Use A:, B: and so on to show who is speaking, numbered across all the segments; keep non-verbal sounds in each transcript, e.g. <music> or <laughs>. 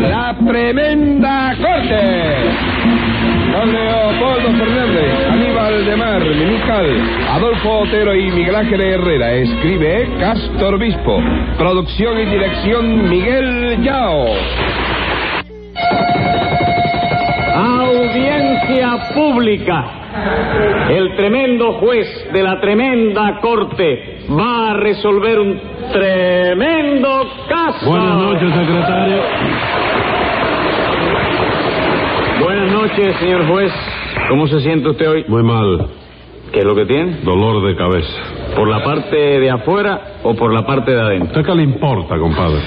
A: La Tremenda Corte. Con Leopoldo Fernández, Aníbal de Mar, Minical, Adolfo Otero y Miguel Ángel Herrera. Escribe Castor Bispo. Producción y dirección Miguel Yao.
B: Audiencia pública. El tremendo juez de la tremenda corte va a resolver un tremendo caso.
C: Buenas noches, secretario.
B: Buenas noches, señor juez. ¿Cómo se siente usted hoy?
C: Muy mal.
B: ¿Qué es lo que tiene?
C: Dolor de cabeza.
B: ¿Por la parte de afuera o por la parte de adentro?
C: ¿Usted qué le importa, compadre?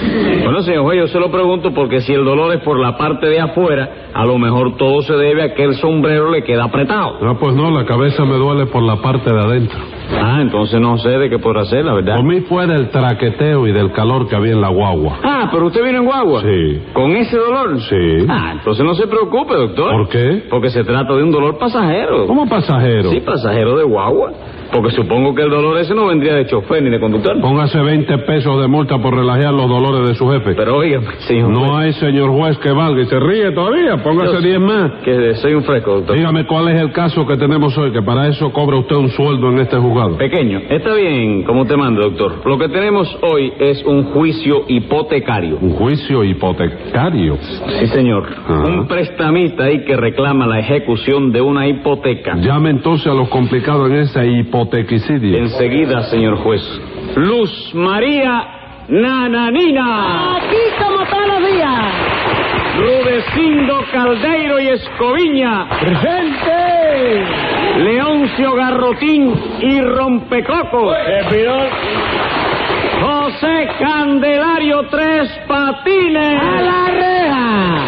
B: Bueno, señor juez, yo se lo pregunto porque si el dolor es por la parte de afuera, a lo mejor todo se debe a que el sombrero le queda apretado.
C: Ah, pues no, la cabeza me duele por la parte de adentro.
B: Ah, entonces no sé de qué podrá ser, la verdad.
C: Por mí fue del traqueteo y del calor que había en la guagua.
B: Ah, pero usted vino en guagua.
C: Sí.
B: ¿Con ese dolor?
C: Sí.
B: Ah, entonces no se preocupe, doctor.
C: ¿Por qué?
B: Porque se trata de un dolor pasajero.
C: ¿Cómo pasajero?
B: Sí, pasajero de guagua. Porque supongo que el dolor ese no vendría de chofer ni de conductor.
C: Póngase 20 pesos de multa por relajar los dolores de su jefe.
B: Pero oiga, señor.
C: No hay señor juez que valga y se ríe todavía. Póngase
B: Yo-
C: 10 más.
B: Que soy un fresco, doctor.
C: Dígame cuál es el caso que tenemos hoy, que para eso cobra usted un sueldo en este juzgado.
B: Pequeño, está bien, como te manda, doctor. Lo que tenemos hoy es un juicio hipotecario.
C: Un juicio hipotecario.
B: Sí, señor.
C: Ajá.
B: Un prestamista ahí que reclama la ejecución de una hipoteca.
C: Llame entonces a los complicados en ese hipotequicidio.
B: Enseguida, señor juez. Luz María Nananina,
D: Aquí como todos los días.
B: Rudecindo Caldeiro y Escoviña,
A: ¡Presente!
B: Leoncio Garrotín y Rompecocos,
D: Eh,
B: José Candelario Tres Patines.
D: A la reja.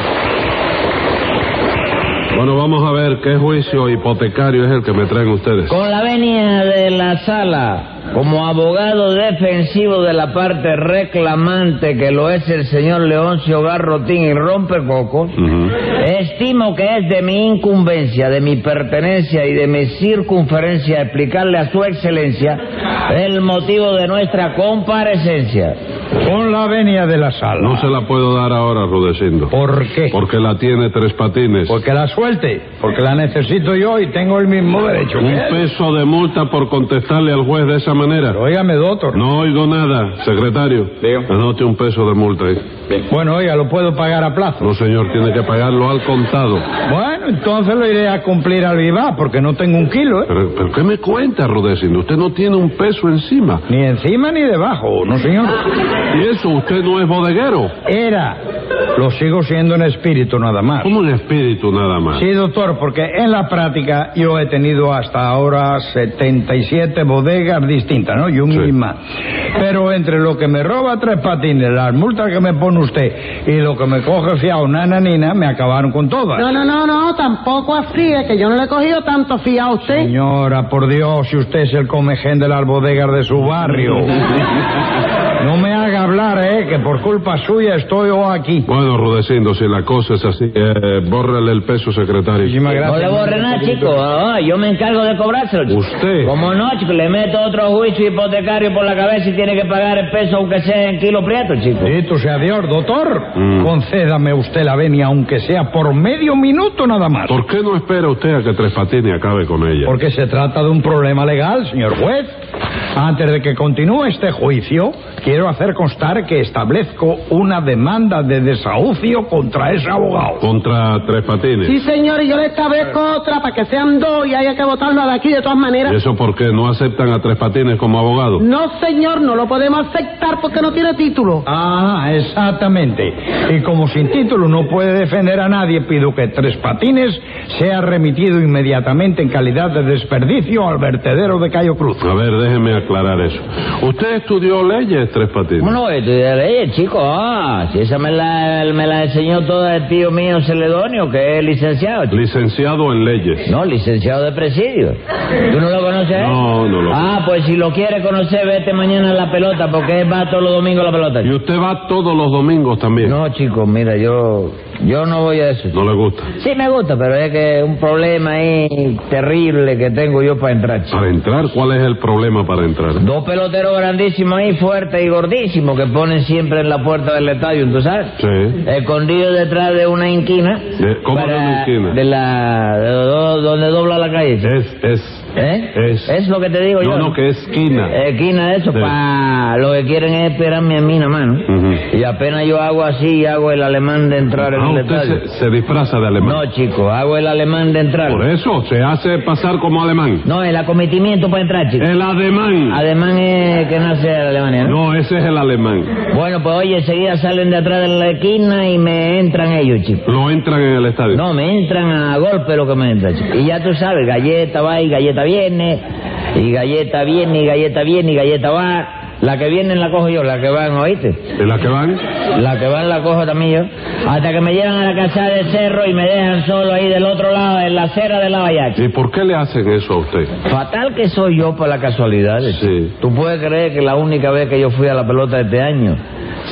C: Bueno, vamos a ver qué juicio hipotecario es el que me traen ustedes.
E: Con la venia de la sala, como abogado defensivo de la parte reclamante que lo es el señor Leoncio Garrotín y Rompecocos,
C: Ujú.
E: estimo que es de mi incumbencia, de mi pertenencia y de mi circunferencia explicarle a su excelencia el motivo de nuestra comparecencia.
F: Con la venia de la sala.
C: No se la puedo dar ahora, Rudecindo.
F: ¿Por qué?
C: Porque la tiene tres patines.
F: Porque la suelte. Porque la necesito yo y tengo el mismo derecho.
C: Un
F: que él.
C: peso de multa por contestarle al juez de esa manera.
F: Pero óigame, doctor.
C: No oigo nada, secretario.
B: Diga.
C: Anote un peso de multa ahí.
F: Bueno, oiga, lo puedo pagar a plazo.
C: No, señor, tiene que pagarlo al contado.
F: Bueno, entonces lo iré a cumplir al vivar porque no tengo un kilo, ¿eh?
C: Pero, pero ¿qué me cuenta, Rudecindo? Usted no tiene un peso encima.
F: Ni encima ni debajo, ¿no, señor?
C: Y eso, usted no es bodeguero.
F: Era. Lo sigo siendo en espíritu nada más.
C: Como un espíritu nada más.
F: Sí, doctor, porque en la práctica yo he tenido hasta ahora 77 bodegas distintas, ¿no? Y un
C: Sí.
F: imán. Pero entre lo que me roba tres patines, las multas que me pone usted y lo que me coge fiado nana nina, me acabaron con todas.
D: No, no, no, no, tampoco así, es que yo no le he cogido tanto fiado a usted.
F: Señora, por Dios, si usted es el comején de las bodegas de su barrio. No me haga hablar, ¿eh? Que por culpa suya estoy yo aquí.
C: Bueno, Rudecindo, si la cosa es así, eh, bórrele el peso, secretario.
F: Muchísimas
E: No
F: gracias.
E: le borre nada, chico. Ah, yo me encargo de cobrárselo. chico.
C: Usted.
E: Como no, chico, le meto otro juicio hipotecario por la cabeza y tiene que pagar el peso aunque sea en kilo prieto, chico.
F: Bendito sea Dios, doctor.
C: Mm.
F: Concédame usted la venia, aunque sea por medio minuto nada más.
C: ¿Por qué no espera usted a que Tres Patines acabe con ella?
F: Porque se trata de un problema legal, señor juez. Antes de que continúe este juicio, quiero hacer constar que establezco una demanda de desahucio contra ese abogado.
C: Contra Tres Patines.
D: Sí, señor, y yo le establezco otra para que sean dos y haya que votarlo de aquí de todas maneras.
C: ¿Y eso por qué no aceptan a Tres Patines como abogado?
D: No, señor, no lo podemos aceptar porque no tiene título.
F: Ah, exactamente. Y como sin título no puede defender a nadie, pido que Tres Patines sea remitido inmediatamente en calidad de desperdicio al vertedero de Cayo Cruz.
C: A ver, déjeme aclarar eso. ¿Usted estudió leyes, Tres Patines?
E: ¿Cómo no? Esto de leyes, chico. Ah, si esa me la, me la enseñó toda el tío mío Celedonio, que es licenciado. chico.
C: Licenciado en leyes.
E: No, licenciado de presidio. ¿Tú no lo conoces?
C: No, no lo
E: ¿Eh? Ah, pues si lo quieres conocer, vete mañana a la pelota, porque él va todos los domingos a la pelota. chico.
C: ¿Y usted va todos los domingos también?
E: No, chico, mira, yo Yo no voy a decir.
C: No le gusta.
E: Sí me gusta, pero es que es un problema ahí terrible que tengo yo para entrar, chico.
C: Para entrar, ¿cuál es el problema para entrar?
E: Dos peloteros grandísimos ahí, fuertes y gordísimos, que ponen siempre en la puerta del estadio, ¿tú sabes?
C: Sí.
E: Escondidos detrás de una inquina.
C: De- ¿cómo de una inquina?
E: De la... de do- donde dobla la calle. chico.
C: Es, es.
E: ¿Eh?
C: Es.
E: lo que te digo yo. Eh,
C: No, no, que es esquina.
E: Esquina de eso,
C: Sí. Mm.
E: pa... Lo que quieren es esperarme a mí nada más, ¿no?
C: Ujú.
E: Y apenas yo hago así, hago el alemán de entrar en
C: Ah,
E: el
C: usted
E: estadio.
C: se, se disfraza de alemán.
E: No, chico, hago el alemán de entrar.
C: Por eso, se hace pasar como alemán.
E: No, el acometimiento para entrar, chico.
C: El alemán.
E: Además es que nace de Alemania, ¿no?
C: Eh. No, ese es el alemán.
E: Bueno, pues oye, enseguida salen de atrás de la esquina y me entran ellos, chicos.
C: Lo entran en el estadio.
E: No, me entran a golpe lo que me entran, chico. Y ya tú sabes, galleta va y galleta viene, y galleta viene, y galleta viene, y galleta va. La que vienen la cojo yo, la que van, ¿oíste?
C: ¿De la que van?
E: La que van la cojo también yo. Hasta que me llevan a la casa del cerro y me dejan solo ahí del otro lado, en la acera de la valla. chico.
C: ¿Y por qué le hacen eso a usted?
E: Fatal que soy yo por la casualidad. ¿eh?
C: Sí.
E: Tú puedes creer que la única vez que yo fui a la pelota este año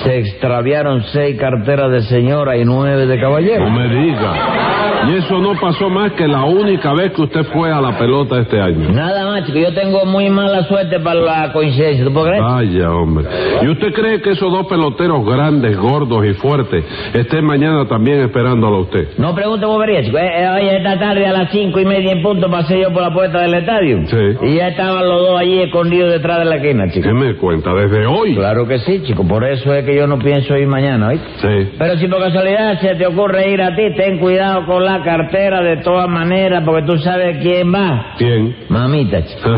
E: se extraviaron seis carteras de señora y nueve de caballero.
C: No me diga. Y eso no pasó más que la única vez que usted fue a la pelota este año.
E: Nada más, chico. Yo tengo muy mala suerte para la coincidencia. ¿Tú puedes creer?
C: Vaya, hombre. ¿Y usted cree que esos dos peloteros grandes, gordos y fuertes estén mañana también esperándolo a usted?
E: No pregunte bobería, chico. Eh, eh, oye, esta tarde a las cinco y media en punto pasé yo por la puerta del estadio.
C: Sí.
E: Y ya estaban los dos allí escondidos detrás de la esquina, chico.
C: ¿Qué me cuenta? ¿Desde hoy?
E: Claro que sí, chico. Por eso es que yo no pienso ir mañana, ¿oíste?
C: Sí.
E: Pero si por casualidad se te ocurre ir a ti, ten cuidado con la cartera de todas maneras, porque tú sabes quién va.
C: ¿Quién? <laughs>
E: Mamita, chico.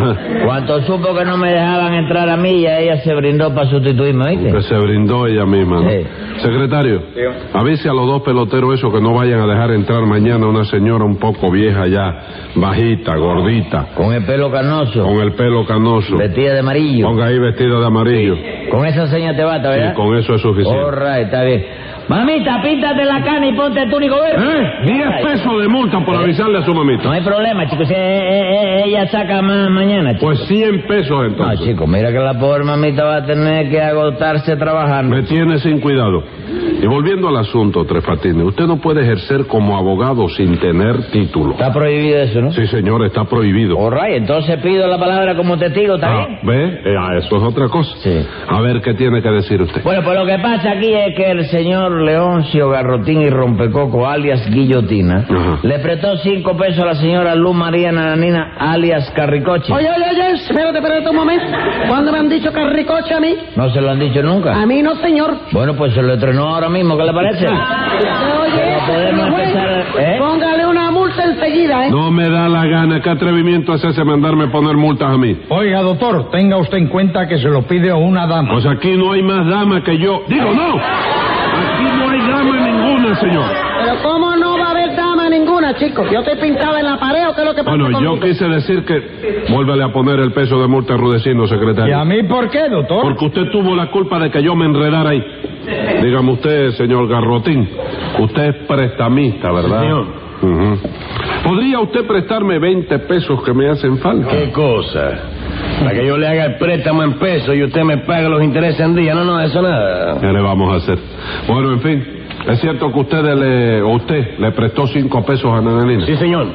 E: Cuando supo que no me dejaban entrar a mí, ya ella se brindó para sustituirme,
C: Que
E: ¿oíste?
C: se brindó ella misma, ¿no?
E: Sí.
C: Secretario, avise a los dos peloteros eso que no vayan a dejar entrar mañana una señora un poco vieja ya, bajita, gordita,
E: Con el pelo canoso,
C: con el pelo canoso.
E: vestida de amarillo.
C: Ponga ahí vestida de amarillo.
E: Con esa seña te basta,
C: Y
E: ¿verdad?
C: con eso es suficiente.
E: All right, está bien. Mamita, píntate la cana y ponte el túnico verde.
C: ¿Eh? 10 pesos de multa
E: Eh.
C: por avisarle a su
E: No
C: mamita.
E: hay problema, chicos. eh, eh, eh, ella saca más mañana, chico.
C: Pues 100 pesos
E: No,
C: entonces.
E: chicos, mira que la pobre mamita va a tener que agotarse trabajando.
C: Me tiene sin cuidado. Y volviendo al asunto, Tres Patines, usted no puede ejercer como abogado sin tener título.
E: Está prohibido eso, ¿no?
C: Sí, señor, está prohibido.
E: All right, entonces pido la palabra como testigo, ¿está
C: Ah,
E: bien?
C: ¿Ve? Eh, ah, eso es otra cosa.
E: Sí.
C: A ver, ¿qué tiene que decir usted?
E: Bueno, pues lo que pasa aquí es que el señor Leoncio Garrotín y Rompecoco, alias Guillotina,
C: Ajá.
E: le prestó cinco pesos a la señora Luz María Nananina, alias Carricoche.
D: Oye, oye, oye, espérate, espérate un momento. ¿Cuándo me han dicho que ricoche a mí?
E: ¿No se lo han dicho nunca?
G: Ah.
D: A mí no, señor.
E: Bueno, pues se lo estrenó ahora mismo, ¿qué le parece?
D: Oye,
E: Pero podemos
D: juez,
E: empezar, ¿eh?
D: póngale una multa enseguida, ¿eh?
C: No me da la gana. ¿Qué atrevimiento es ese mandarme poner multas a mí?
F: Oiga, doctor, tenga usted en cuenta que se lo pide a una dama.
C: Pues aquí no hay más dama que yo. Digo, no. Aquí no hay dama ninguna, señor.
D: Pero ¿cómo no va a haber dama ninguna, chicos? Yo te pintaba en la pared, ¿o qué es lo que pasa
C: Bueno, yo
D: conmigo?
C: quise decir que... Vuélvele a poner el peso de multa a Rudecindo,
F: ¿Y a
C: secretario.
F: mí por qué, doctor?
C: Porque usted tuvo la culpa de que yo me enredara ahí. Dígame usted, señor Garrotín, usted es prestamista, ¿verdad?
G: Señor.
C: Ujú. ¿Podría usted prestarme 20 pesos que me hacen falta?
G: ¿Qué cosa? <laughs> Para que yo le haga el préstamo en pesos y usted me paga los intereses en día. No, no, eso nada.
C: ¿Qué le vamos a hacer? Bueno, en fin, es cierto que usted le, o usted le prestó cinco pesos a Nananina.
G: Sí, señor.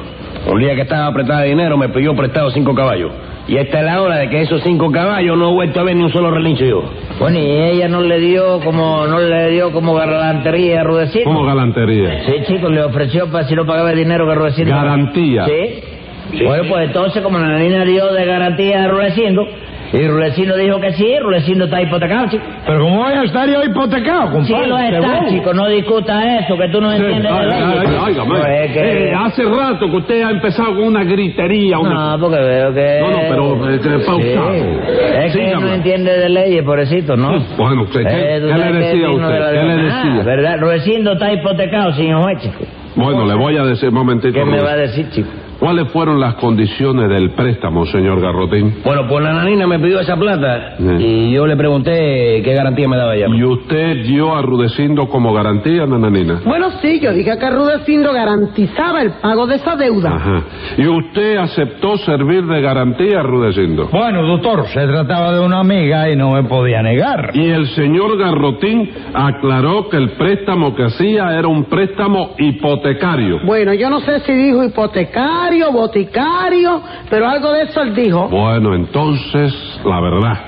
G: Un día que estaba apretada de dinero me pidió prestado cinco caballos. Y esta es la hora de que esos cinco caballos no he vuelto a ver ni un solo relincho yo.
E: Bueno, y ella no le dio como, no le dio como galantería a Rudecito.
C: ¿Cómo galantería?
E: Sí, chicos, le ofreció para si no pagaba el dinero que Rudecindo.
C: Garantía.
E: Sí. Bueno, pues entonces, como la niña dio de garantía a Rudecindo, y Rudecindo dijo que sí, Rudecindo está hipotecado, chico.
F: Pero ¿cómo voy a estar yo hipotecado,
E: Sí,
F: compadre?
E: lo está,
F: Seguro.
E: chico, no discuta eso, que tú no
C: Sí,
E: entiendes de
C: ay,
E: leyes.
C: ay, ay, oiga,
E: No,
C: madre.
E: es que-
C: Eh, hace rato que usted ha empezado con una gritería. Una...
E: No, porque veo que...
C: No, no, pero, eh, que pausado.
E: Sí. Es que
C: Sígame.
E: no entiende de leyes, pobrecito, ¿no?
C: Bueno, usted, ¿qué,
E: Eh, tú
C: qué
E: sabes
C: le
E: que es
C: decía a
E: digno de la
C: usted? ¿Qué le
E: demás,
C: decía?
E: ¿Verdad? Rudecindo está hipotecado, señor juez, chico.
C: Bueno, le voy a decir un momentito.
E: ¿Qué me
C: Rudecindo.
E: va a decir, chico?
C: ¿Cuáles fueron las condiciones del préstamo, señor Garrotín?
G: Bueno, pues la nanina me pidió esa plata
C: Sí.
G: y yo le pregunté qué garantía me daba ella.
C: Y usted dio a Rudecindo como garantía, nananina.
D: Bueno, sí, yo dije que Rudecindo garantizaba el pago de esa deuda.
C: Ajá. ¿Y usted aceptó servir de garantía a Rudecindo?
F: Bueno, doctor, se trataba de una amiga y no me podía negar.
C: Y el señor Garrotín aclaró que el préstamo que hacía era un préstamo hipotecario.
D: Bueno, yo no sé si dijo hipotecario, boticario, pero algo de eso él dijo.
C: Bueno, entonces, la verdad,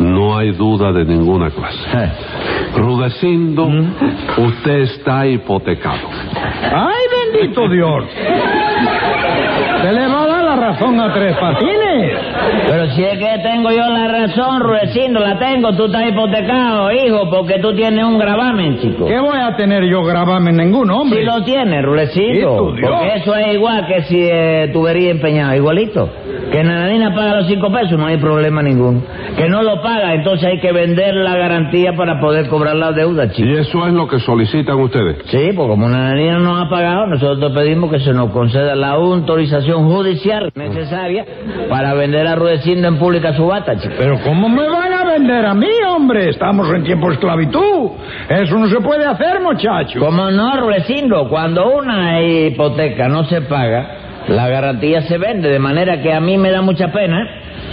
C: no hay duda de ninguna clase. Rudecindo, usted está hipotecado.
F: ¡Ay, bendito Dios! Se le va a dar la razón a tres patines.
E: Pero si es que tengo yo la razón, Rudecindo, la tengo. Tú estás hipotecado, hijo, porque tú tienes un gravamen, chico.
F: ¿Qué voy a tener yo grabarme ningún
E: Si
F: hombre?
E: lo tienes, Rudecindo.
F: Sí, tu Dios.
E: Porque eso es igual que si eh, tubería empeñada, igualito. Que Nananina paga los cinco pesos, no hay problema ninguno. Que no lo paga, entonces hay que vender la garantía para poder cobrar la deuda, chico.
C: Y eso es lo que solicitan ustedes.
E: Sí, pues como Nananina no ha pagado, nosotros pedimos que se nos conceda la autorización judicial necesaria para vender a Rudecindo en pública subata, chico.
F: Pero ¿cómo me van a vender a mí, hombre? Estamos en tiempo de esclavitud. Eso no se puede hacer, muchacho.
E: Como no, Rudecindo, cuando una hipoteca no se paga, la garantía se vende, de manera que a mí me da mucha pena,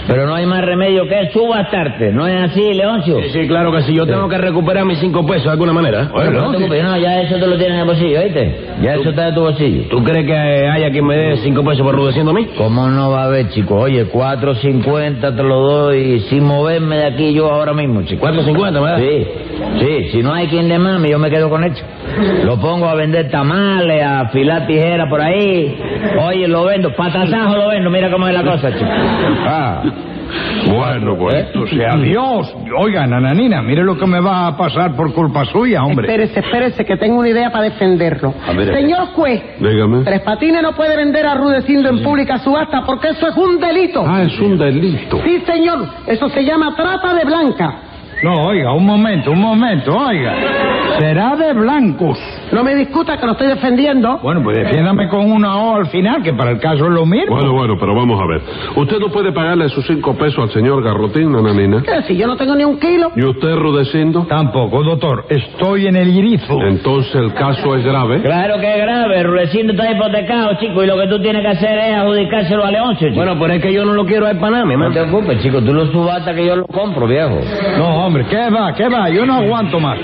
E: pero no hay más remedio que subastarte. ¿No es así, Leoncio?
G: Sí, sí, claro que sí. Yo tengo que recuperar mis cinco pesos de alguna manera.
E: Pero no te preocupes, no, ya eso te lo tienes en el bolsillo, ¿oíste? Ya eso está en tu bolsillo.
G: ¿Tú crees que eh, haya quien me dé cinco pesos por rudeciendo a mí?
E: ¿Cómo no va a haber, chico? Oye, 4.50 te lo doy sin moverme de aquí yo ahora mismo, chico.
G: 4.50 me da.
E: Sí, sí, si no hay quien de mami, yo me quedo con hecho. Lo pongo a vender tamales, a afilar tijeras por ahí. Oye, lo vendo, patasajo lo vendo, mira cómo es la cosa, chico.
C: Ah, bueno, pues esto se ha...
F: Adiós. Oiga, nananina, mire lo que me va a pasar por culpa suya, hombre.
D: Espérese, espérese, que tengo una idea para defenderlo.
C: A ver, a ver.
D: Señor juez,
C: Dígame.
D: Tres Patines no puede vender a Rudecindo en pública subasta porque eso es un delito.
C: Ah, es un delito.
D: Sí, señor, eso se llama trata de blanca.
F: No, oiga, un momento, un momento, oiga. Será de blancos.
D: No me discuta que lo estoy defendiendo.
F: Bueno, pues defiéndame con una O al final, que para el caso es lo mismo.
C: Bueno, bueno, pero vamos a ver. Usted no puede pagarle sus cinco pesos al señor Garrotín, nananina.
D: ¿Qué? Eh, Si yo no tengo ni un kilo.
C: ¿Y usted, Rudecindo?
F: Tampoco, doctor. Estoy en el irizo.
C: Entonces el caso es grave.
E: Claro que es grave, Rudecindo está hipotecado, chico, y lo que tú tienes que hacer es adjudicárselo a Leoncio, chico.
G: Bueno, pero es que yo no lo quiero a Panamá,
E: no te
G: hermano.
E: preocupes, chico, tú lo subastas que yo lo compro, viejo.
F: No, hombre, ¿qué va? ¿Qué va? Yo no aguanto más.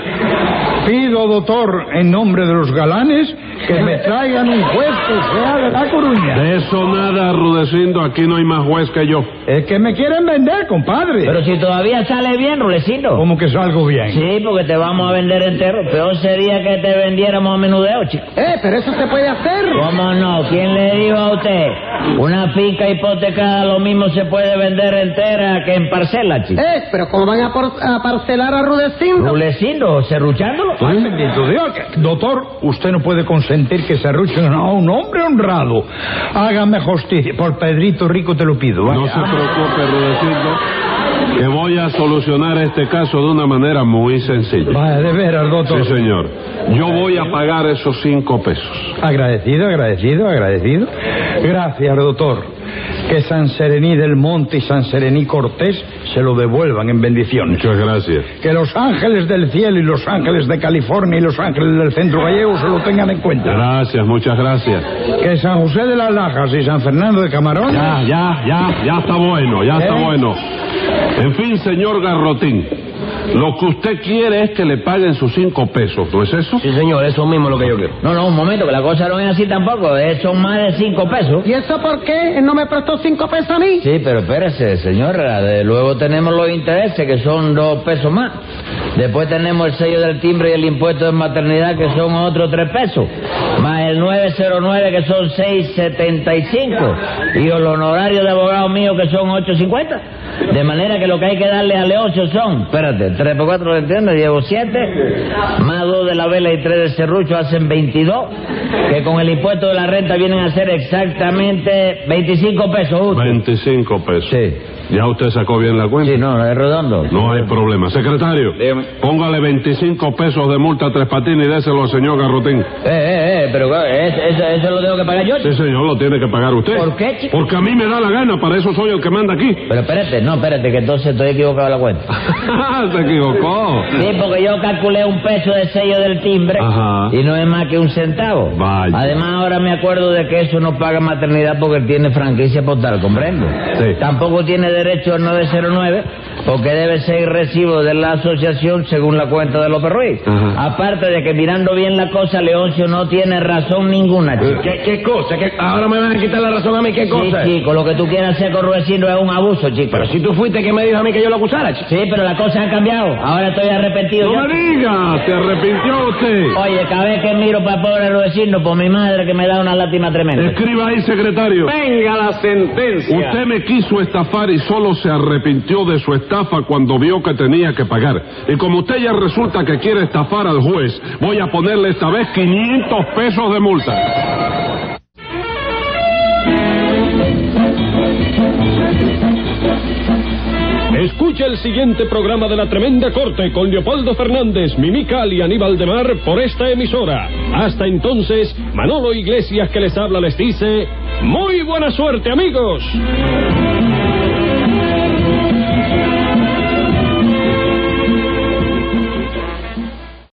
F: Pido, doctor, en nombre de los galanes, que me traigan un juez que sea de La Coruña.
C: De eso nada, Rudecindo. Aquí no hay más juez que yo.
F: Es que me quieren vender, compadre.
E: Pero si todavía sale bien, Rudecindo.
F: Como que salgo bien.
E: Sí, porque te vamos a vender entero. Peor sería que te vendiéramos a menudeo, chico.
D: Eh, pero eso se puede hacer.
E: ¿Cómo no? ¿Quién le dijo a usted? Una pica hipotecada lo mismo se puede vender entera que en parcela, chico.
D: Eh, pero ¿cómo van a, por- a parcelar a Rudecindo?
E: Rulecindo, serruchándolo.
F: Ay, bendito Dios. que- Doctor, usted no puede consentir que se arruchen a un hombre honrado. Hágame justicia. Por Pedrito Rico te lo pido.
C: No se
F: vaya.
C: preocupe, Rudecindo, que voy a solucionar este caso de una manera muy sencilla.
F: Vaya, de veras,
C: Sí,
F: doctor.
C: señor. Yo voy a pagar esos cinco pesos.
F: Agradecido, agradecido, agradecido. Gracias, doctor. Que San Serení del Monte y San Serení Cortés se lo devuelvan en bendiciones.
C: Muchas gracias.
F: Que los ángeles del cielo y los ángeles de California y los ángeles del centro gallego se lo tengan en cuenta.
C: Gracias, muchas gracias.
F: Que San José de las Lajas y San Fernando de Camarón.
C: Ya, ya, ya, ya está bueno, ya está
F: ¿Eh?
C: bueno. En fin, señor Garrotín, lo que usted quiere es que le paguen sus cinco pesos, ¿no es eso?
G: Sí, señor, eso mismo es lo que yo quiero.
E: No, no, un momento, que la cosa no es así tampoco. Eh, Son más de cinco pesos.
D: ¿Y eso por qué? Él no me prestó cinco pesos a mí.
E: Sí, pero espérese, señora. De luego tenemos los intereses, que son dos pesos más. Después tenemos el sello del timbre y el impuesto de maternidad, que son otros tres pesos. Más el 909, que son 6.75. Y el honorario de abogado mío, que son 8.50. De manera que lo que hay que darle a Leocio son, espérate, 3 por 4, ¿entiendes? Llevo 7, más 2 de la vela y 3 del serrucho hacen 22. que con el impuesto de la renta vienen a ser exactamente 25 pesos. justo.
C: 25 pesos.
E: Sí.
C: ¿Ya usted sacó bien la cuenta?
E: Sí, no, es redondo.
C: No hay problema. Secretario,
B: Dígame.
C: póngale 25 pesos de multa a Tres Patines y déselo al señor Garrotín.
E: Eh, eh, eh, pero eh, es- eso, eso lo tengo que pagar yo.
C: Sí, señor, lo tiene que pagar usted.
E: ¿Por qué, chico?
C: Porque a mí me da la gana, para eso soy el que manda aquí. <laughs>
E: Pero espérate, no, espérate, que entonces estoy equivocado de la cuenta.
C: Se equivocó.
E: Sí, porque yo calculé un peso de sello del timbre
C: Ajá.
E: y no es más que un centavo.
C: Vaya.
E: Además, ahora me acuerdo de que eso no paga maternidad porque tiene franquicia postal, ¿comprendo?
C: Sí.
E: Tampoco tiene derecho al 909 porque debe ser recibo de la asociación según la cuenta de López Ruiz.
C: Ajá.
E: Aparte de que mirando bien la cosa, Leoncio no tiene razón ninguna,
G: Eh,
E: chico.
G: ¿Qué, qué cosa? ¿Qué- ¿Ahora me van a quitar la razón a mí? ¿Qué
E: Sí,
G: cosa?
E: chico, lo que tú quieras hacer con Ruecino es un abuso, chico.
G: Pero si tú fuiste que me dijo a mí que yo lo acusara, chico.
E: Sí, pero las cosas han cambiado. Ahora estoy arrepentido.
C: No
E: yo.
C: me diga, se arrepintió usted.
E: Oye, cada vez que miro para pobre Ruecino, por pues mi madre que me da una lástima tremenda.
C: Escriba ahí, secretario.
B: Venga la sentencia.
C: Usted me quiso estafar y solo se arrepintió de su estafa cuando vio que tenía que pagar. Y como usted ya resulta que quiere estafar al juez, voy a ponerle esta vez 500 pesos de multa.
H: Escucha el siguiente programa de La Tremenda Corte con Leopoldo Fernández, Mimical y Aníbal de Mar por esta emisora. Hasta entonces, Manolo Iglesias que les habla les dice, ¡Muy buena suerte amigos!